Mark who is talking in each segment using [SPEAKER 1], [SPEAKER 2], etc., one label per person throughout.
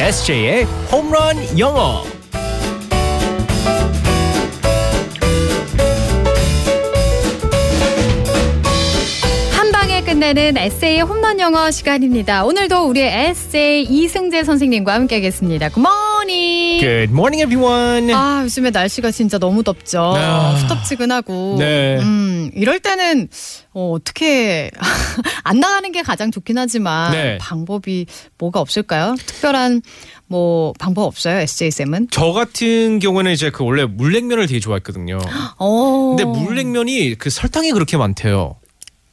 [SPEAKER 1] SJ의 홈런 영어.
[SPEAKER 2] 한 방에 끝내는 에세이 홈런 영어 시간입니다. 오늘도 우리의 에세이 이승재 선생님과 함께하겠습니다. 굿모닝.
[SPEAKER 1] Good morning, everyone.
[SPEAKER 2] 아 요즘에 날씨가 진짜 너무 덥죠.
[SPEAKER 1] 네. 아.
[SPEAKER 2] 후텁지근하고.
[SPEAKER 1] 네.
[SPEAKER 2] 음 이럴 때는 어, 어떻게 안 나가는 게 가장 좋긴 하지만
[SPEAKER 1] 네.
[SPEAKER 2] 방법이 뭐가 없을까요? 특별한 뭐 방법 없어요, SJ 쌤은?
[SPEAKER 1] 저 같은 경우는 이제 그 원래 물냉면을 되게 좋아했거든요.
[SPEAKER 2] 어.
[SPEAKER 1] 근데 물냉면이 그 설탕이 그렇게 많대요.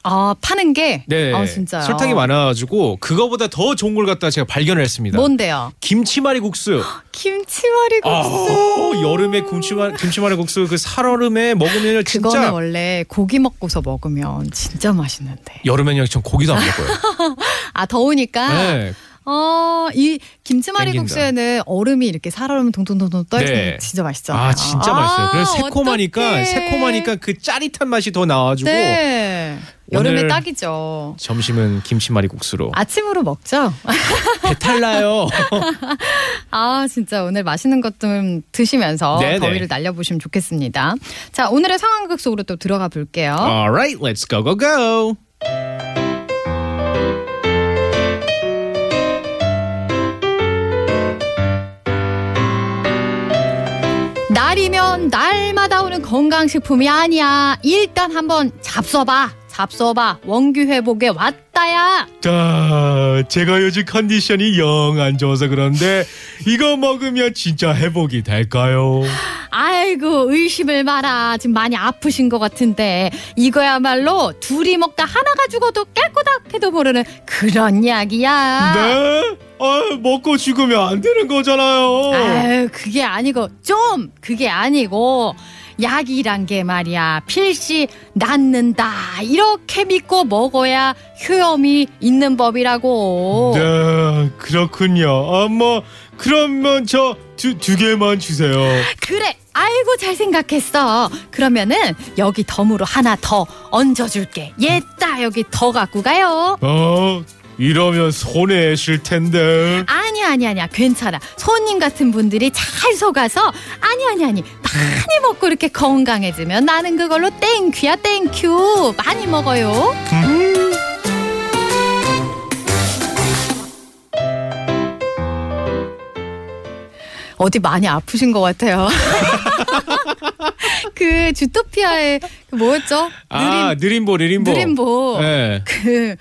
[SPEAKER 2] 아 파는 게.
[SPEAKER 1] 네.
[SPEAKER 2] 아 진짜.
[SPEAKER 1] 설탕이 많아가지고 그거보다 더 좋은 걸 갖다 제가 발견을 했습니다.
[SPEAKER 2] 뭔데요?
[SPEAKER 1] 김치말이 국수. 아,
[SPEAKER 2] 김치말이국수.
[SPEAKER 1] 여름에 김치말 김치말이 국수 그 살얼음에 먹으면
[SPEAKER 2] 그거는
[SPEAKER 1] 진짜
[SPEAKER 2] 원래 고기 먹고서 먹으면 진짜 맛있는데.
[SPEAKER 1] 여름에는 전 고기도 안 먹어요.
[SPEAKER 2] 아 더우니까.
[SPEAKER 1] 네.
[SPEAKER 2] 어, 이 김치말이
[SPEAKER 1] 땡긴다.
[SPEAKER 2] 국수에는 얼음이 이렇게 살얼음 동동동동 떠 있으면
[SPEAKER 1] 네.
[SPEAKER 2] 진짜 맛있잖아요.
[SPEAKER 1] 아 진짜 맛있어요. 그래서 새콤하니까
[SPEAKER 2] 어떡해.
[SPEAKER 1] 새콤하니까 그 짜릿한 맛이 더 나와주고
[SPEAKER 2] 네.
[SPEAKER 1] 오늘-
[SPEAKER 2] 여름에 딱이죠.
[SPEAKER 1] 점심은 김치말이 국수로
[SPEAKER 2] 아침으로 먹죠.
[SPEAKER 1] 배탈 나요.
[SPEAKER 2] 아 진짜 오늘 맛있는 것 좀 드시면서
[SPEAKER 1] 네네.
[SPEAKER 2] 더위를 날려보시면 좋겠습니다. 자 오늘의 상황극 속으로 또 들어가 볼게요.
[SPEAKER 1] Alright, let's go go go.
[SPEAKER 2] 날이면 날마다 오는 건강식품이 아니야. 일단 한번 잡숴봐. 잡숴봐. 원기 회복에 왔다야.
[SPEAKER 1] 자, 제가 요즘 컨디션이 영 안 좋아서 그런데 이거 먹으면 진짜 회복이 될까요?
[SPEAKER 2] 아이고 의심을 마라 지금 많이 아프신 것 같은데 이거야말로 둘이 먹다 하나가 죽어도 깨꼬닥해도 모르는 그런 이야기야
[SPEAKER 1] 네? 아, 먹고 죽으면 안 되는 거잖아요.
[SPEAKER 2] 아유 그게 아니고 좀 그게 아니고 약이란 게 말이야 필시 낫는다 이렇게 믿고 먹어야 효험이 있는 법이라고
[SPEAKER 1] 네, 그렇군요. 아, 뭐 그러면 저 두 두 개만 주세요.
[SPEAKER 2] 그래 아이고 잘 생각했어 그러면은 여기 덤으로 하나 더 얹어줄게 얘따 여기 더 갖고 가요
[SPEAKER 1] 어, 이러면 손해실 텐데.
[SPEAKER 2] 아니야 아니야 아니야 괜찮아 손님 같은 분들이 잘 속아서 아니 아니 아니 많이 먹고 이렇게 건강해지면 나는 그걸로 땡큐야 땡큐 많이 먹어요 음. 어디 많이 아프신 것 같아요 그 주토피아의 그 뭐였죠
[SPEAKER 1] 아, 느림보, 느림보.
[SPEAKER 2] 느림보
[SPEAKER 1] 네.
[SPEAKER 2] 그,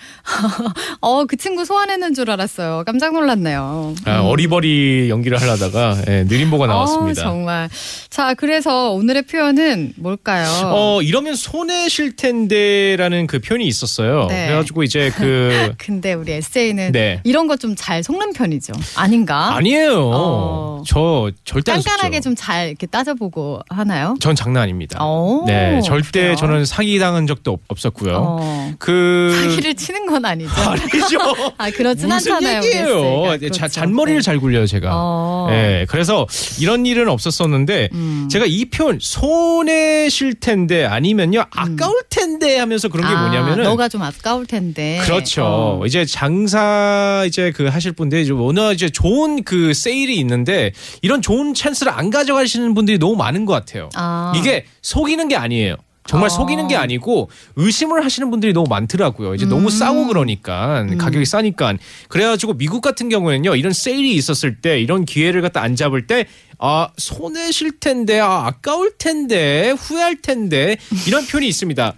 [SPEAKER 2] 어, 그 친구 소환했는 줄 알았어요. 깜짝 놀랐네요.
[SPEAKER 1] 아, 어리버리 연기를 하려다가 예, 느림보가 나왔습니다.
[SPEAKER 2] 어, 정말. 자, 그래서 오늘의 표현은 뭘까요?
[SPEAKER 1] 어 이러면 손해 실 텐데라는 그 표현이 있었어요.
[SPEAKER 2] 네.
[SPEAKER 1] 그래가지고 이제 그
[SPEAKER 2] 근데 우리 에세이는
[SPEAKER 1] 네.
[SPEAKER 2] 이런 거 좀 잘 속는 편이죠. 아닌가?
[SPEAKER 1] 아니에요.
[SPEAKER 2] 어.
[SPEAKER 1] 저 절대 안
[SPEAKER 2] 깐깐하게
[SPEAKER 1] 속죠.
[SPEAKER 2] 좀 잘 이렇게 따져보고 하나요?
[SPEAKER 1] 전 장난 아닙니다.
[SPEAKER 2] 어,
[SPEAKER 1] 네, 절대
[SPEAKER 2] 그래요?
[SPEAKER 1] 저는 사기 당한 적도 없- 없었고요.
[SPEAKER 2] 어,
[SPEAKER 1] 그렇죠. 그
[SPEAKER 2] 사기를 치는 건 아니죠.
[SPEAKER 1] 아니죠.
[SPEAKER 2] 아, 그렇진
[SPEAKER 1] 무슨
[SPEAKER 2] 않잖아요. 우리 에세이가.
[SPEAKER 1] 얘기예요?
[SPEAKER 2] 그렇죠.
[SPEAKER 1] 자, 잔머리를
[SPEAKER 2] 네.
[SPEAKER 1] 잘 굴려요 제가.
[SPEAKER 2] 어.
[SPEAKER 1] 예, 그래서 이런 일은 없었었는데
[SPEAKER 2] 음.
[SPEAKER 1] 제가 이 표현 손해 실 텐데 아니면요 아까울 텐데 하면서 그런 게
[SPEAKER 2] 아,
[SPEAKER 1] 뭐냐면은
[SPEAKER 2] 너가 좀 아까울 텐데.
[SPEAKER 1] 그렇죠.
[SPEAKER 2] 어.
[SPEAKER 1] 이제 장사 이제 그 하실 분들 이제 워낙 이제 좋은 그 세일이 있는데 이런 좋은 찬스를 안 가져가시는 분들이 너무 많은 것 같아요.
[SPEAKER 2] 아.
[SPEAKER 1] 이게 속이는 게 아니에요. 정말
[SPEAKER 2] 아.
[SPEAKER 1] 속이는 게 아니고 의심을 하시는 분들이 너무 많더라고요. 이제
[SPEAKER 2] 음.
[SPEAKER 1] 너무 싸고 그러니까 가격이 싸니까 그래가지고 미국 같은 경우에는요 이런 세일이 있었을 때 이런 기회를 갖다 안 잡을 때 아 손해 실 텐데 아 아까울 텐데 후회할 텐데 이런 표현이 있습니다.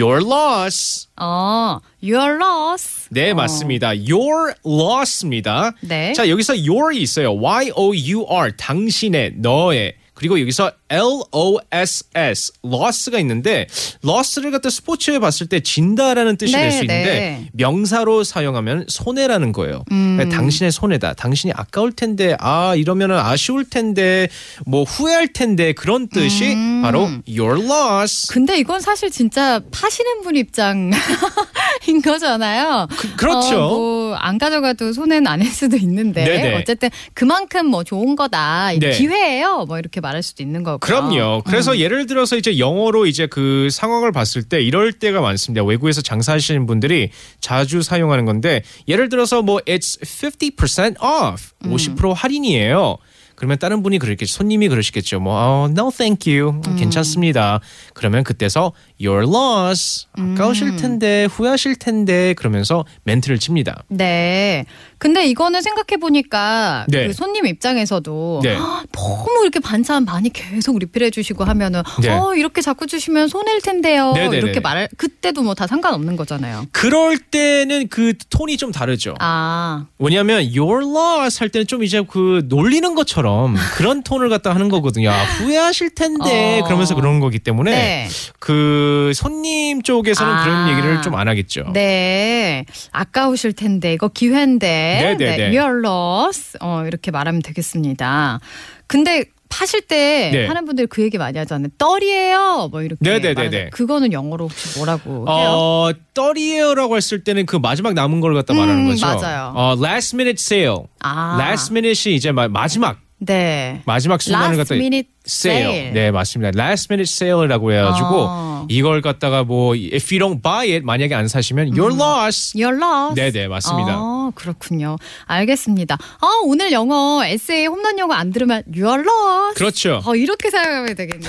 [SPEAKER 1] Your loss.
[SPEAKER 2] 어, your loss.
[SPEAKER 1] 네,
[SPEAKER 2] 어.
[SPEAKER 1] 맞습니다. Your loss입니다.
[SPEAKER 2] 네.
[SPEAKER 1] 자, 여기서 your이 있어요. Y-O-U-R, 당신의, 너의. 그리고 여기서 L-O-S-S, loss가 있는데, loss를 갖다 스포츠에 봤을 때 진다라는 뜻이
[SPEAKER 2] 네,
[SPEAKER 1] 될 수 있는데,
[SPEAKER 2] 네. 음.
[SPEAKER 1] 명사로 사용하면 손해라는 거예요. 그러니까 당신의 손해다. 당신이 아까울 텐데, 아, 이러면 아쉬울 텐데, 뭐 후회할 텐데, 그런 뜻이
[SPEAKER 2] 음.
[SPEAKER 1] 바로 your loss.
[SPEAKER 2] 근데 이건 사실 진짜 파시는 분 입장인 거잖아요.
[SPEAKER 1] 그- 그렇죠.
[SPEAKER 2] 어, 뭐안 가져가도 손해는 아닐 수도 있는데
[SPEAKER 1] 네네.
[SPEAKER 2] 어쨌든 그만큼 뭐 좋은 거다. 이
[SPEAKER 1] 네.
[SPEAKER 2] 기회예요. 뭐 이렇게 말할 수도 있는 거고. 아,
[SPEAKER 1] 그럼요. 그래서 예를 들어서 이제 영어로 이제 그 상황을 봤을 때 이럴 때가 많습니다. 외국에서 장사하시는 분들이 자주 사용하는 건데 예를 들어서 뭐 it's 50% off. 50% 할인이에요. 그러면 다른 분이 그렇게 손님이 그러시겠죠. 뭐 어, no thank you. 괜찮습니다. 그러면 그때서 your loss. 아까우실 텐데 후회하실 텐데 그러면서 멘트를 칩니다.
[SPEAKER 2] 네. 근데 이거는 생각해 보니까
[SPEAKER 1] 네.
[SPEAKER 2] 그 손님 입장에서도
[SPEAKER 1] 네.
[SPEAKER 2] 헉, 너무 이렇게 반찬 많이 계속 리필해 주시고 하면은
[SPEAKER 1] 네.
[SPEAKER 2] 어 이렇게 자꾸 주시면 손해일 텐데요.
[SPEAKER 1] 네네네.
[SPEAKER 2] 이렇게 말할 그때도 뭐 다 상관없는 거잖아요.
[SPEAKER 1] 그럴 때는 그 톤이 좀 다르죠.
[SPEAKER 2] 아.
[SPEAKER 1] 왜냐하면 your loss 할 때는 좀 이제 그 놀리는 것처럼 그런 톤을 갖다 하는 거거든요. 아, 후회하실 텐데
[SPEAKER 2] 어.
[SPEAKER 1] 그러면서 그런 거기 때문에
[SPEAKER 2] 네.
[SPEAKER 1] 그 손님 쪽에서는
[SPEAKER 2] 아.
[SPEAKER 1] 그런 얘기를 좀 안 하겠죠.
[SPEAKER 2] 네. 아까우실 텐데 이거 기회인데.
[SPEAKER 1] 네네네.
[SPEAKER 2] your loss. 어 이렇게 말하면 되겠습니다. 근데 파실 때
[SPEAKER 1] 네.
[SPEAKER 2] 하는 분들 그 얘기 많이 하잖아요. 떨이에요. 뭐 이렇게
[SPEAKER 1] 네네네네.
[SPEAKER 2] 말하잖아요. 그거는 영어로 혹시 뭐라고 해요?
[SPEAKER 1] 어, 떨이에요라고 했을 때는 그 마지막 남은 걸 갖다 말하는
[SPEAKER 2] 음,
[SPEAKER 1] 거죠.
[SPEAKER 2] 맞아요.
[SPEAKER 1] 어, last minute sale.
[SPEAKER 2] 아.
[SPEAKER 1] last minute이 이제 마, 마지막
[SPEAKER 2] 네.
[SPEAKER 1] 마지막 순간을
[SPEAKER 2] Last
[SPEAKER 1] 갖다
[SPEAKER 2] minute sale.
[SPEAKER 1] 네 맞습니다 last minute sale라고 해가지고
[SPEAKER 2] 아.
[SPEAKER 1] 이걸 갖다가 뭐 if you don't buy it 만약에 안 사시면 your
[SPEAKER 2] 음.
[SPEAKER 1] loss
[SPEAKER 2] Your loss.
[SPEAKER 1] 네네 맞습니다
[SPEAKER 2] 아, 그렇군요. 알겠습니다. 아, 오늘 영어 에세이 홈런 영어 안 들으면 your loss.
[SPEAKER 1] 그렇죠
[SPEAKER 2] 어, 이렇게 사용하면 되겠네.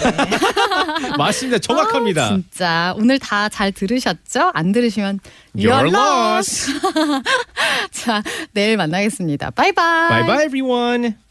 [SPEAKER 1] 맞습니다 정확합니다
[SPEAKER 2] 아, 진짜 오늘 다 잘 들으셨죠? 안 들으시면
[SPEAKER 1] your loss
[SPEAKER 2] 자, 내일 만나겠습니다. 바이바이.
[SPEAKER 1] bye bye everyone